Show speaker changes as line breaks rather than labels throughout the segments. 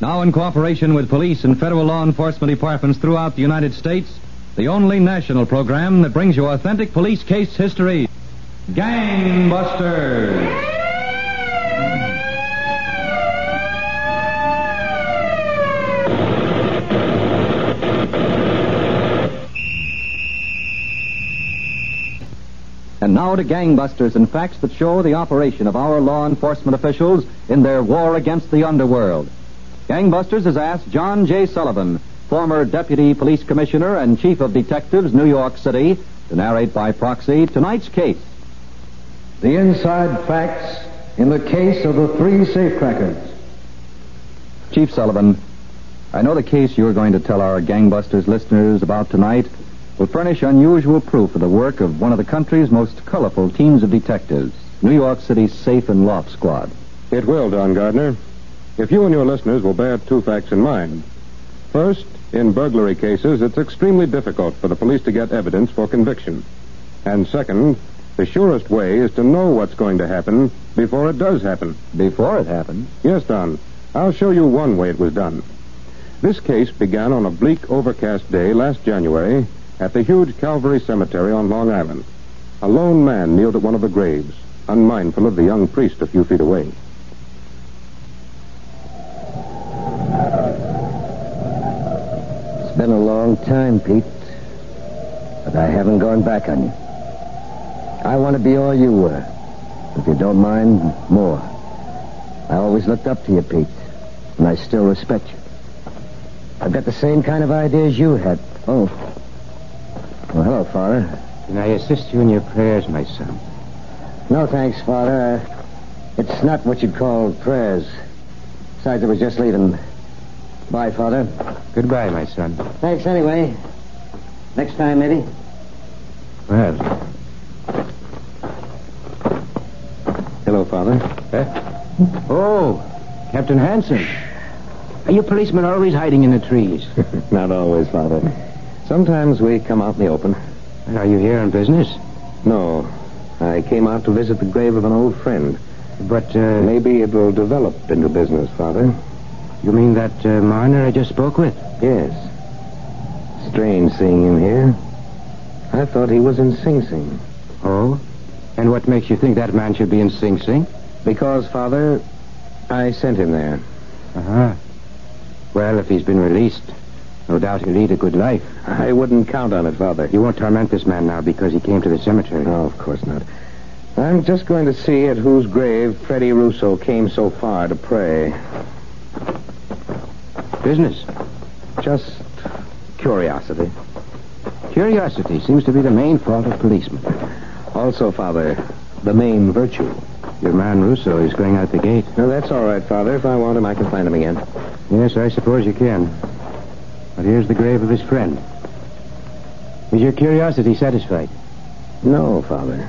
Now, in cooperation with police and federal law enforcement departments throughout the United States, the only national program that brings you authentic police case history Gangbusters! And now to gangbusters and facts that show the operation of our law enforcement officials in their war against the underworld. Gangbusters has asked John J. Sullivan, former Deputy Police Commissioner and Chief of Detectives, New York City, to narrate by proxy tonight's case.
The inside facts in the case of the three safecrackers.
Chief Sullivan, I know the case you are going to tell our gangbusters listeners about tonight will furnish unusual proof of the work of one of the country's most colorful teams of detectives, New York City's Safe and Loft Squad.
It will, Don Gardner. If you and your listeners will bear two facts in mind. First, in burglary cases, it's extremely difficult for the police to get evidence for conviction. And second, the surest way is to know what's going to happen before it does happen.
Before it happened,
Yes, Don. I'll show you one way it was done. This case began on a bleak, overcast day last January at the huge Calvary Cemetery on Long Island. A lone man kneeled at one of the graves, unmindful of the young priest a few feet away.
It's been a long time, Pete. But I haven't gone back on you. I want to be all you were. If you don't mind, more. I always looked up to you, Pete. And I still respect you. I've got the same kind of ideas you had. Oh. Well, hello, Father.
Can I assist you in your prayers, my son?
No, thanks, Father. Uh, It's not what you'd call prayers. Besides, I was just leaving. Bye, Father.
Goodbye, my son.
Thanks anyway. Next time, maybe.
Well,
Hello, Father.
Eh? oh, Captain Hanson. Are you policemen always hiding in the trees?
Not always, Father. Sometimes we come out in the open.
And are you here on business?
No. I came out to visit the grave of an old friend.
But uh,
Maybe it will develop into business, Father.
you mean that uh, miner I just spoke with?
Yes. Strange seeing him here. I thought he was in Sing Sing.
Oh, and what makes you think that man should be in Sing Sing?
Because, Father, I sent him there.
Uh huh. Well, if he's been released, no doubt he'll lead a good life.
I wouldn't count on it, Father.
You won't torment this man now because he came to the cemetery.
No, of course not. I'm just going to see at whose grave Freddie Russo came so far to pray.
Business.
Just curiosity.
Curiosity seems to be the main fault of policemen.
Also, Father, the main virtue.
Your man Russo is going out the gate.
No, that's all right, Father. If I want him, I can find him again.
Yes, I suppose you can. But here's the grave of his friend. Is your curiosity satisfied?
No, Father.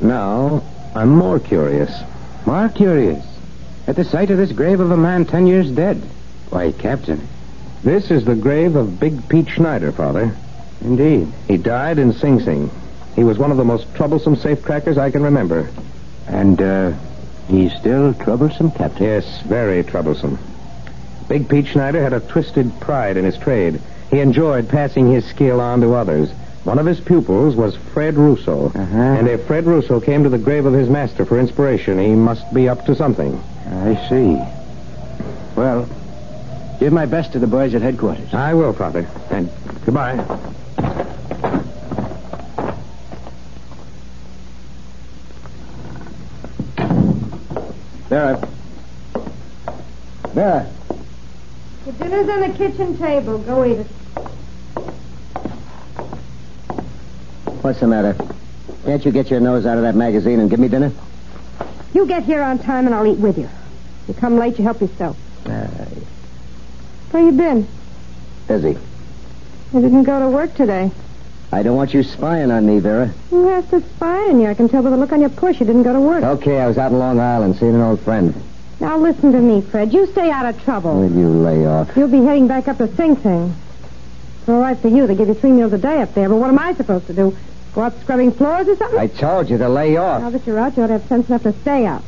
Now, I'm more curious.
More curious. At the sight of this grave of a man ten years dead. Why, Captain.
This is the grave of Big Pete Schneider, Father.
Indeed.
He died in Sing Sing. He was one of the most troublesome safecrackers I can remember.
And, uh, he's still troublesome, Captain.
Yes, very troublesome. Big Pete Schneider had a twisted pride in his trade. He enjoyed passing his skill on to others. One of his pupils was Fred Russo.
Uh-huh.
And if Fred Russo came to the grave of his master for inspiration, he must be up to something.
I see. Well, give my best to the boys at headquarters.
I will, Father. And goodbye. There.
Vera,
The dinner's on the kitchen table. Go eat it.
what's the matter? Can't you get your nose out of that magazine and give me dinner?
You get here on time and I'll eat with you. You come late, you help yourself.
Uh,
Where you been?
busy.
I didn't go to work today.
I don't want you spying on me, Vera.
Who has to spy on you? I can tell by the look on your push you didn't go to work.
Okay, I was out in Long Island seeing an old friend.
Now listen to me, Fred. You stay out of trouble.
Will you lay off?
You'll be heading back up to Sing Sing. It's all right for you. They give you three meals a day up there, but what am I supposed to do? Go out scrubbing floors or something?
I told you to lay off.
Now that you're out, you ought to have sense enough to stay out.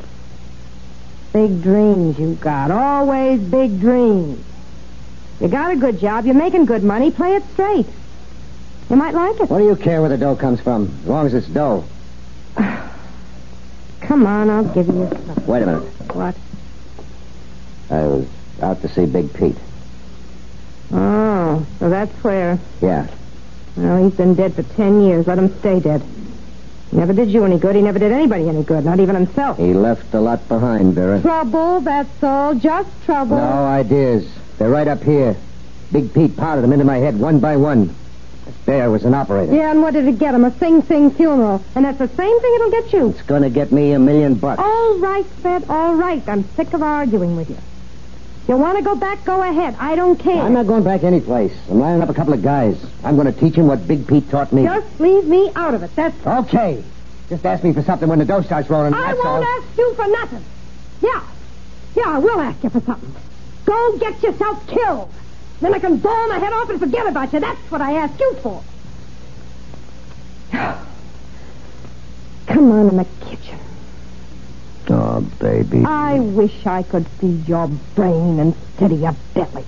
They Big dreams you got. Always big dreams. You got a good job. You're making good money. Play it straight. You might like it.
What do you care where the dough comes from, as long as it's dough?
Come on, I'll give you something.
Wait a minute.
What?
I was out to see Big Pete.
Oh, so that's where.
Yeah.
Well, he's been dead for ten years. Let him stay dead. He never did you any good. He never did anybody any good, not even himself.
He left a lot behind, Vera.
Trouble, that's all. Just trouble.
No ideas. They're right up here. Big Pete potted them into my head one by one. That bear was an operator.
Yeah, and what did it get him? A sing sing funeral. And that's the same thing it'll get you.
It's gonna get me a million bucks.
All right, Fred, all right. I'm sick of arguing with you. You want to go back? Go ahead. I don't care.
I'm not going back any place. I'm lining up a couple of guys. I'm gonna teach him what Big Pete taught me.
Just leave me out of it. That's
Okay. Just ask me for something when the dough starts rolling.
I
that's all.
won't ask you for nothing. Yeah. Yeah, I will ask you for something. Go get yourself killed. Then I can blow my head off and forget about you. That's what I ask you for. Come on in the kitchen.
Oh, baby.
I wish I could feed your brain instead of your belly.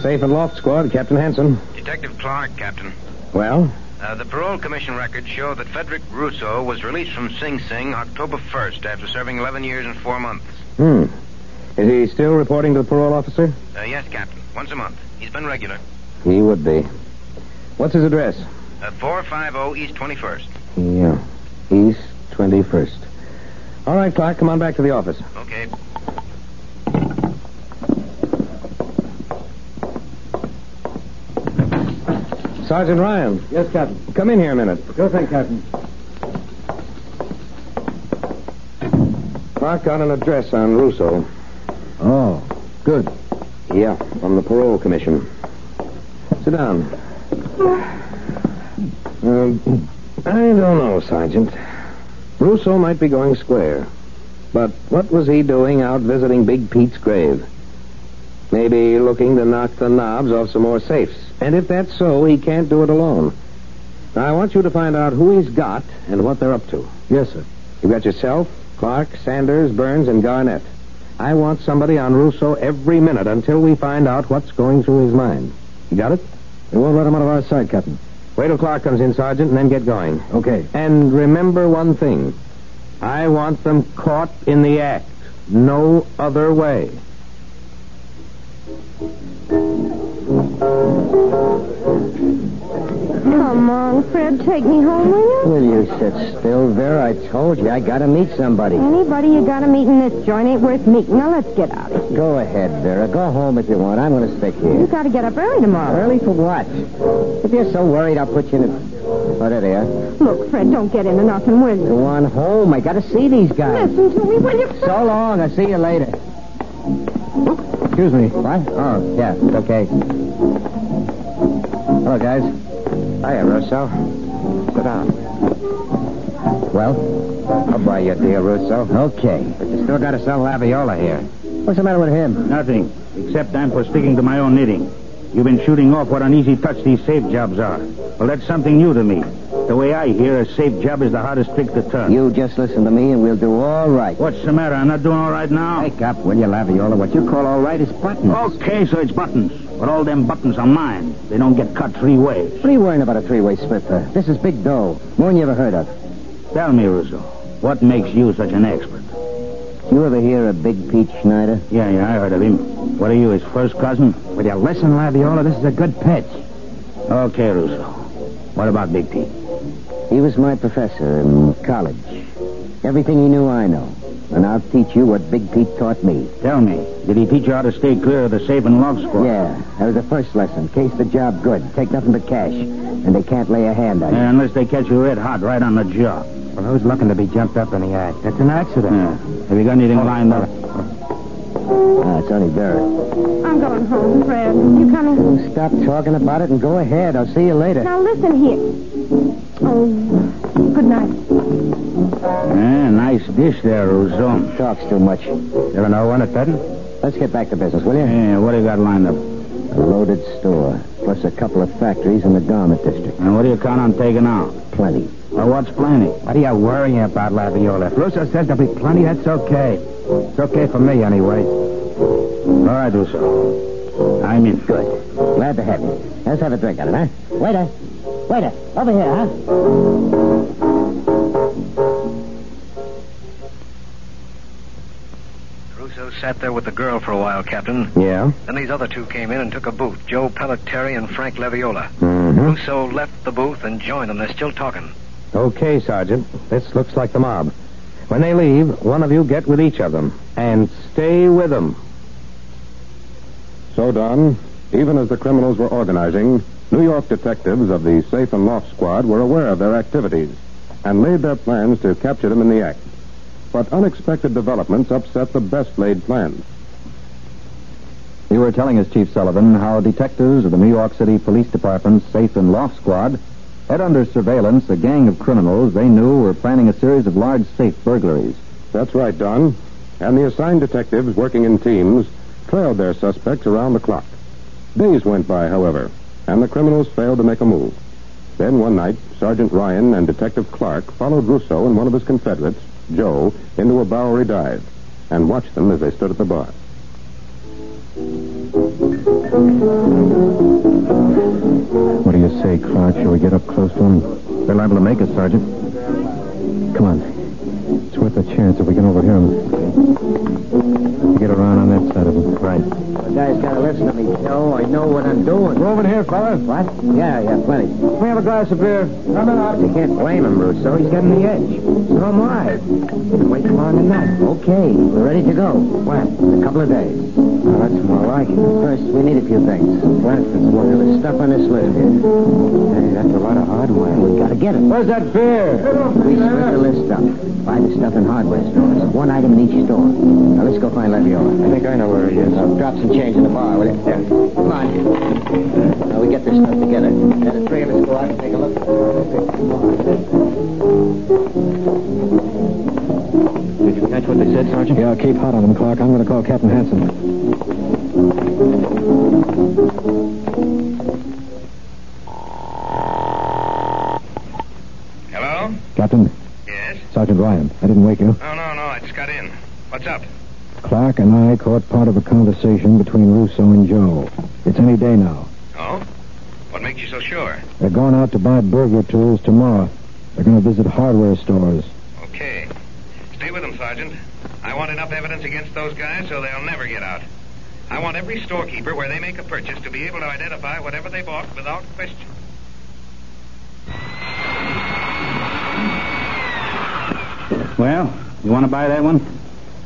Safe and Loft Squad, Captain Hanson.
Detective Clark, Captain.
Well?
Uh, the parole commission records show that Frederick Russo was released from Sing Sing October 1st after serving 11 years and four months.
Hmm. Is he still reporting to the parole officer?
Uh, yes, Captain. Once a month. He's been regular.
He would be. What's his address?
Uh, 450 East 21st.
Yeah. East 21st. All right, Clark, come on back to the office.
Okay.
Sergeant Ryan. Yes, Captain. Come in here a minute. Sure thing, Captain. Clark got an address on Russo.
Oh, good.
Yeah, from the parole commission. Sit down. Um, I don't know, Sergeant. Russo might be going square. But what was he doing out visiting Big Pete's grave? Maybe looking to knock the knobs off some more safes. And if that's so, he can't do it alone. Now, I want you to find out who he's got and what they're up to.
Yes, sir.
You've got yourself, Clark, Sanders, Burns, and Garnett. I want somebody on Russo every minute until we find out what's going through his mind. You got it?
We won't let him out of our sight, Captain.
Wait till Clark comes in, Sergeant, and then get going.
Okay.
And remember one thing. I want them caught in the act. No other way.
Come on, Fred, take me home, will you?
Will you sit still, Vera? I told you I gotta meet somebody.
Anybody you got to meet in this joint ain't worth meeting. Now let's get out. of here.
Go ahead, Vera. Go home if you want. I'm gonna stick
You
here.
got to get up early tomorrow.
Early for what? If you're so worried, I'll put you in a... Oh, there they are.
Look, Fred, don't get into nothing, will you?
Go on home. I gotta see these guys.
Listen to me, will you?
So long. I'll see you later. Excuse me. What? Oh, yeah. It's okay. Hello, guys. Hiya, Russo. Sit down. Well? I'll buy you a deal, Russo. Okay. But you still got to sell Laviola here. What's the matter with him?
Nothing, except I'm for sticking to my own knitting. You've been shooting off what an easy touch these safe jobs are. Well, that's something new to me. The way I hear, a safe job is the hardest trick to turn.
You just listen to me, and we'll do all right.
What's the matter? I'm not doing all right now.
Wake up, will you, Laviola? What you call all right is buttons.
Okay, so it's buttons. But all them buttons are mine. They don't get cut three ways.
What are you worrying about a three-way split for? This is big dough. More than you ever heard of.
Tell me, Russo, what makes you such an expert?
You ever hear of Big Pete Schneider?
Yeah, yeah, I heard of him. What are you, his first cousin?
Will you listen, Laviola? This is a good pitch.
Okay, Russo. What about Big Pete?
He was my professor in college. Everything he knew, I know. And I'll teach you what Big Pete taught me.
Tell me, did he teach you how to stay clear of the safe and lock squad?
Yeah, that was the first lesson. Case the job good. Take nothing but cash. And they can't lay a hand on you.
Yeah, unless they catch you red hot right on the job.
Well, who's looking to be jumped up in the act? It's an accident. Oh.
Yeah. Have you got anything lined up?
Ah, it's only Barrett.
I'm going home, Fred. You coming?
Oh, stop talking about it and go ahead. I'll see you later.
Now listen here. Oh, good night.
Yeah, nice dish there, Rousseau.
Talks too much.
There no one at that?
Let's get back to business, will you?
Yeah, what do you got lined up?
A loaded store, plus a couple of factories in the garment district.
And what do you count on taking out?
Plenty.
Oh, Well, what's planning?
What are you worrying about, Laviola? If Russo says there'll be plenty, that's okay. It's okay for me, anyway.
All right, Russo. I'm in.
Good. Glad to have you. Let's have a drink on it, huh? Waiter. Waiter. Over here, huh?
Russo sat there with the girl for a while, Captain.
Yeah?
Then these other two came in and took a booth Joe Pelletieri and Frank Leviola.
Mm-hmm.
Russo left the booth and joined them. They're still talking.
Okay, Sergeant. This looks like the mob. When they leave, one of you get with each of them. And stay with them.
So, Don, even as the criminals were organizing, New York detectives of the Safe and Loft Squad were aware of their activities and laid their plans to capture them in the act. But unexpected developments upset the best laid plans.
You were telling us, Chief Sullivan, how detectives of the New York City Police Department's Safe and Loft Squad had under surveillance a gang of criminals they knew were planning a series of large safe burglaries.
That's right, Don. And the assigned detectives working in teams trailed their suspects around the clock. Days went by, however, and the criminals failed to make a move. Then one night, Sergeant Ryan and Detective Clark followed Russo and one of his confederates, Joe, into a Bowery dive and watched them as they stood at the bar.
What do you say, Clark? Shall we get up close to them? They're liable to make us, Sergeant. Come on. It's worth a chance if we can overhear them. Get around on that side of them. Right.
You guys gotta listen to me, Joe. I know what I'm doing.
We're over here, fellas.
What? Yeah, yeah, plenty.
Can we have a glass of beer?
You can't blame him, Russo. He's getting the edge. So am I. Been waiting long enough. Okay, we're ready to go. When? In a couple of days. Well, that's more like it. First, we need a few things. For instance, look at the stuff on this list here. Hey, that's a lot of hardware. We gotta get it.
Where's that beer?
We split the list up. Buy the stuff in hardware stores. One item in each store. Now let's go find Leviola. I think I know where he is. drop some change in the bar, will you? Yeah. Come on. Now we get this stuff together. And the three of us go out and take a look. Did you catch what they said, Sergeant?
Yeah, keep hot on them, Clark. I'm going to call Captain Hanson.
Hello?
Captain,
Yes?
Sergeant Ryan, I didn't wake you.
No, no, no. I just got in. What's up?
Clark and I caught part of a conversation between Russo and Joe. It's any day now.
Oh? What makes you so sure?
They're going out to buy burglar tools tomorrow. They're going to visit hardware stores.
Okay. Stay with them, Sergeant. I want enough evidence against those guys so they'll never get out. I want every storekeeper where they make a purchase to be able to identify whatever they bought without question.
Well, you want to buy that one?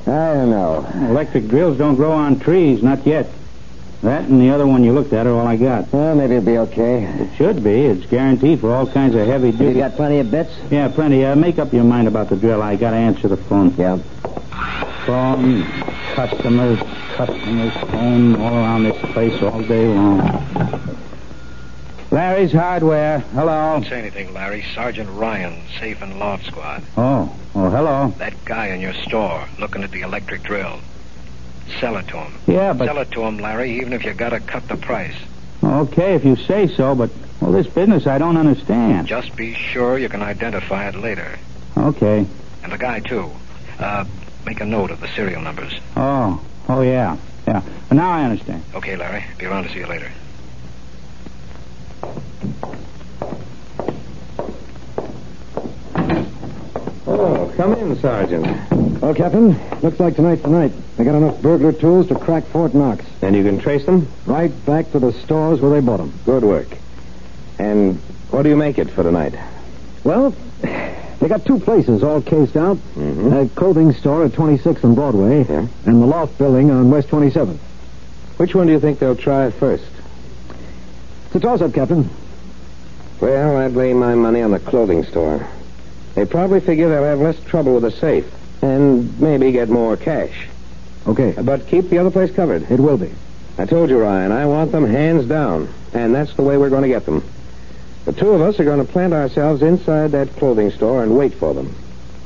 I don't know.
Electric drills don't grow on trees, not yet. That and the other one you looked at are all I got.
Well, maybe it'll be okay.
It should be. It's guaranteed for all kinds of heavy
You
duty.
got plenty of bits?
Yeah, plenty. Uh, make up your mind about the drill. I got to answer the phone.
Yeah.
Phone, customers, customers, phone, all around this place all day long. Larry's Hardware. Hello.
Don't say anything, Larry. Sergeant Ryan, Safe and Loft Squad.
Oh, oh, hello.
That guy in your store looking at the electric drill. Sell it to him.
Yeah, but
Sell it to him, Larry, even if you gotta cut the price.
okay if you say so. But well, this business I don't understand.
Just be sure you can identify it later.
Okay.
And the guy, too. Uh, make a note of the serial numbers.
Oh, oh yeah, yeah. Now I understand.
Okay, Larry. Be around to see you later.
Oh, come in, Sergeant.
Well, Captain, looks like tonight's the night. They got enough burglar tools to crack Fort Knox.
And you can trace them?
Right back to the stores where they bought them.
Good work. And what do you make it for tonight?
Well, they got two places all cased out.
Mm-hmm.
A clothing store at 26th and Broadway,
Yeah.
and the loft building on West 27th.
Which one do you think they'll try first?
It's a toss-up, Captain.
Well, I'd lay my money on the clothing store. They probably figure they'll have less trouble with the safe and maybe get more cash.
Okay,
But keep the other place covered.
it will be.
I told you, Ryan, I want them hands down, and that's the way we're going to get them. The two of us are going to plant ourselves inside that clothing store and wait for them.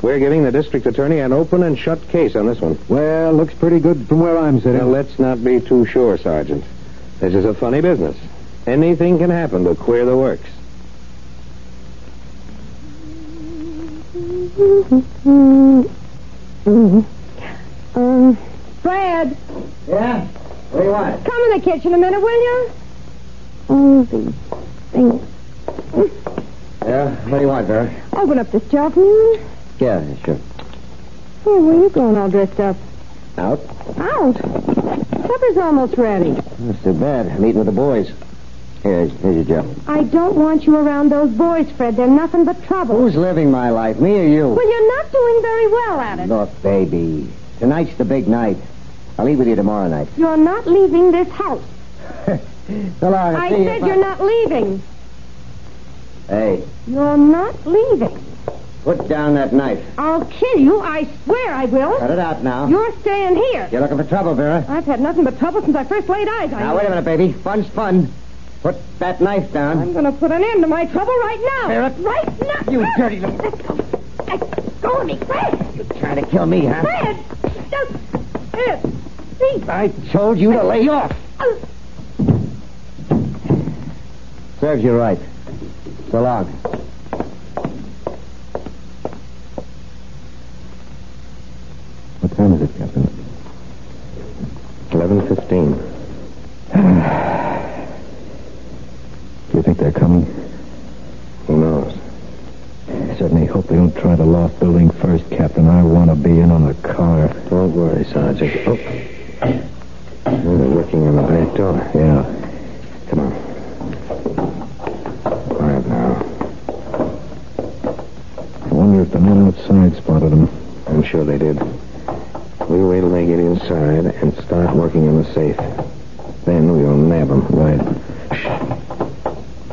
We're giving the district attorney an open and shut case on this one.
Well, looks pretty good from where I'm
Now,
sitting.
let's not be too sure, Sergeant. This is a funny business. Anything can happen to queer the works.
Um, Brad,
Yeah? What do you want?
come in the kitchen a minute, will you? Oh, the thing.
Yeah? What do you want, Vera?
Open up this jar for me. will you?
Yeah, sure.
Oh, where are you going all dressed up?
Out?
Out. Supper's almost ready.
That's too bad. I'm eating with the boys. Here, here's your job.
I don't want you around those boys, Fred. They're nothing but trouble.
Who's living my life, me or you?
Well, you're not doing very well at it.
Look, baby. Tonight's the big night. I'll eat with you tomorrow night.
You're not leaving this house.
Well, I'll
I
see you
said
if I-
you're not leaving.
Hey,
You're not leaving.
put down that knife.
I'll kill you. I swear I
Cut
will.
it out now.
You're staying here.
You're looking for trouble, Vera.
I've had nothing but trouble since Oh, I first laid eyes on
Now,
you.
wait a minute, baby. Fun's fun. Put that knife
I'm
down.
going to put an end to my trouble right now.
Barrett.
Right now.
You dirty little-
Let go. Let go of me, Fred.
You're trying to kill me, huh?
Fred. Don't. Fred. Please.
I told you to lay off.
uh, Oh,
Serves you right. So long. What time is it, Captain? Eleven fifteen. Do you think they're coming? Who knows? I certainly hope they don't try the loft building first, Captain. I want to be in on the car. Don't worry, Sergeant. Oh. They're working on the back door. Yeah. Come on. Quiet now. I wonder if the men outside spotted them. I'm sure they did. We wait till they get inside and start working on the safe. Then we'll nab them. Right. Shh.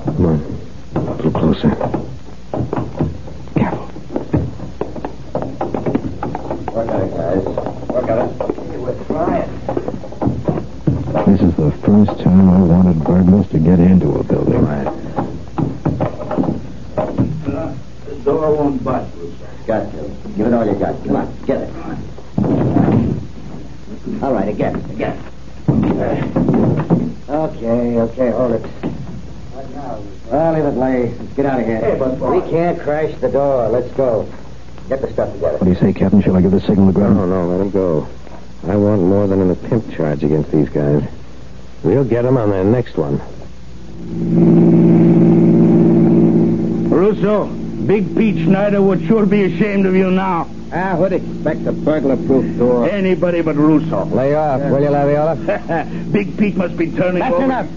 Come on. A little closer. Careful. Work on it, guys. Work on it. We're trying. This is the first time I wanted burglars to get into a building.
The door won't bust.
Got you. Give it all you got. Come on, get it. All right, again, again. Okay, okay, hold it. Well, leave it lay. Let's get out of here. we can't crash the door. Let's go. Get the stuff together. What do you say, Captain? Shall I give the signal to ground? No, no, let him go. I want more than a pimp charge against these guys. We'll get them on their next one.
Russo, Big Pete Schneider would sure be ashamed of you now.
Ah, would expect a burglar-proof door.
Anybody but Russo.
Lay off, will you, Laviola?
Big Pete must be turning
That's
over.
enough.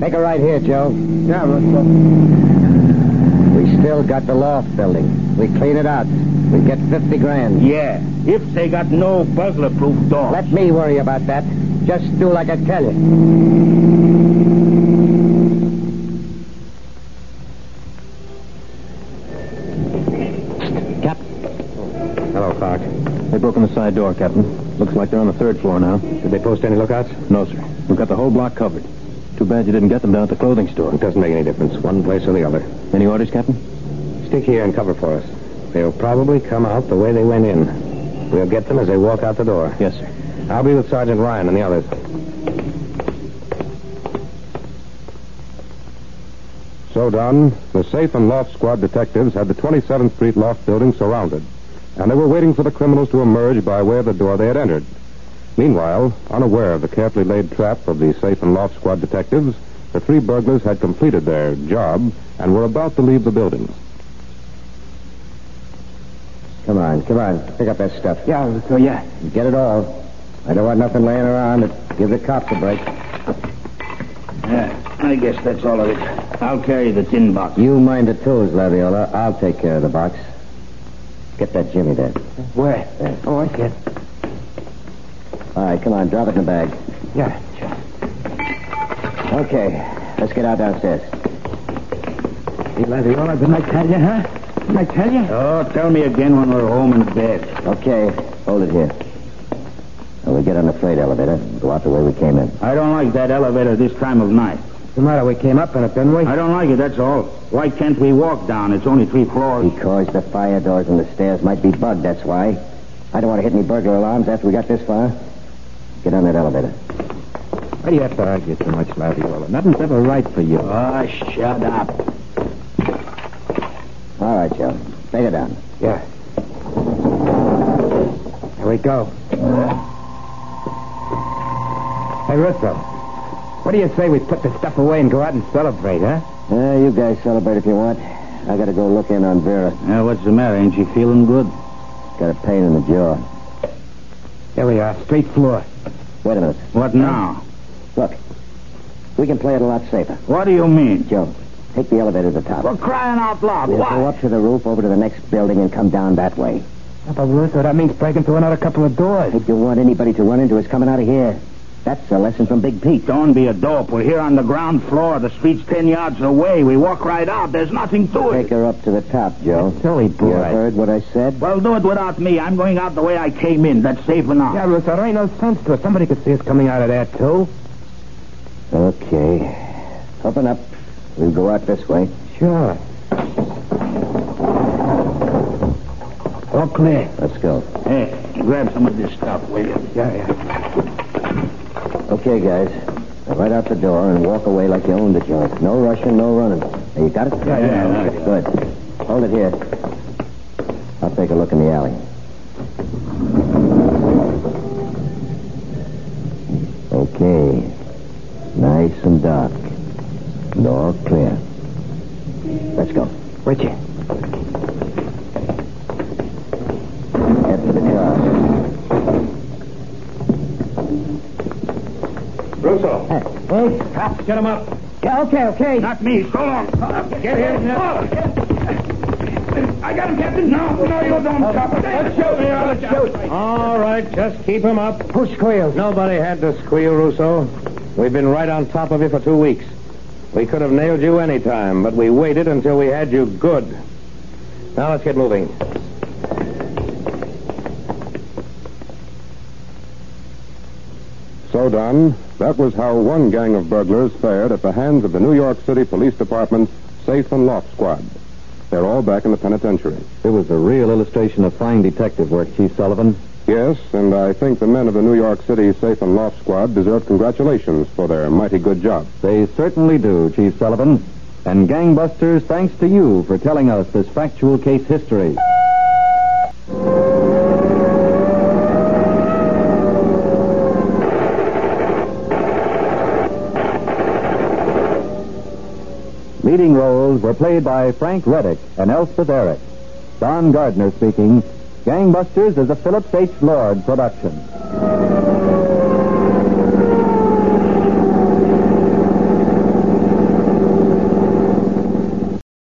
Take a right here, Joe. Yeah, We still got the loft building. We clean it out. We get 50 grand.
Yeah, if they got no burglar-proof door.
Let me worry about that. Just do like I tell you. Cap. Hello, Clark.
They broke in the side door, Captain. Looks like they're on the third floor now.
Did they post any lookouts?
No, sir. We've got the whole block covered. Too bad you didn't get them down at the clothing store.
It doesn't make any difference, one place or the other.
Any orders, Captain?
Stick here and cover for us. They'll probably come out the way they went in. We'll get them as they walk out the door.
Yes, sir.
I'll be with Sergeant Ryan and the others.
So done, the safe and loft squad detectives had the 27th Street loft building surrounded, and they were waiting for the criminals to emerge by way of the door they had entered. Meanwhile, unaware of the carefully laid trap of the safe and loft squad detectives, the three burglars had completed their job and were about to leave the building.
Come on, come on. Pick up that stuff.
Yeah, so yeah.
Get it all. I don't want nothing laying around. That give the cops a break.
Yeah, I guess that's all of it. I'll carry the tin box.
You mind the tools, Laviola. I'll take care of the box. Get that Jimmy there.
Where?
There.
Oh, I see it.
All right, come on. Drop it in the bag.
Yeah, sure.
Okay, let's get out downstairs.
Hey, Laviola, didn't I tell you, huh? Didn't I tell you?
Oh, tell me again when we're home in bed.
Okay, hold it here. Now we get on the freight elevator. Go out the way we came in.
I don't like that elevator this time of night.
What's the matter? We came up in it, didn't we?
I don't like it, that's all. Why can't we walk down? It's only three floors.
Because the fire doors and the stairs might be bugged, that's why. I don't want to hit any burglar alarms after we got this far. Get on that elevator. Why do you have to argue so much, Laviola? Nothing's ever
Ah,
right for you.
Oh, shut up.
All right, Joe.
Take it down.
Yeah. Here we go. Hey, Russo. What do you say we put the stuff away and go out and celebrate, huh?
Uh, you guys celebrate if you want. I gotta go look in on Vera.
Now, what's the matter? Ain't she feeling good?
Got a pain in the jaw.
Here we are, straight floor.
Wait a minute.
What now?
Look. We can play it a lot safer.
What do you mean?
Joe, take the elevator to the top.
We're crying out loud.
We'll go
Why?
up to the roof, over to the next building, and come down that way.
but Russo, that means breaking through another couple of doors.
If you want anybody to run into us coming out of here, that's a lesson from Big Pete.
Don't be a dope. We're here on the ground floor. The street's ten yards away. We walk right out. There's nothing to
Take
it.
her up to the top, Joe.
Silly
You
boy.
heard what I said?
Well, do it without me. I'm going out the way I came in. That's safe enough.
Yeah, Russo, there ain't no sense to it. Somebody could see us coming out of there, too.
Okay. Open up. We'll go out this way.
Sure. All clear.
Let's go.
Hey, grab some of this stuff, will you?
Yeah, yeah.
Okay, guys. Now Right out the door and walk away like you own the joint. No rushing, no running. Now, you got it?
Yeah, yeah, yeah.
Good. Hold it here. I'll take a look in the alley. Okay. Nice and dark. And all clear. Let's go.
Wait you.
Head for the car.
Russo.
Hey,
Cops, get him up.
yeah, okay, okay.
Not me. So long. Get here. I got him, Captain. No, no, you don't, Cop. Let's shoot. Let's shoot.
All right, just keep him up. Who squealed? Nobody had to squeal, Russo. We've been right on top of you for two weeks. We could have nailed you any time, but we waited until we had you good. Now let's get moving.
So, Don, that was how one gang of burglars fared at the hands of the New York City Police Department's Safe and Loft Squad. They're all back in the penitentiary.
It was a real illustration of fine detective work, Chief Sullivan.
Yes, and I think the men of the New York City Safe and Loft Squad deserve congratulations for their mighty good job.
They certainly do, Chief Sullivan. And gangbusters, thanks to you for telling us this factual case history. Leading roles were played by Frank Reddick and Elspeth Eric. Don Gardner speaking. Gangbusters is a Phillips H. Lord production.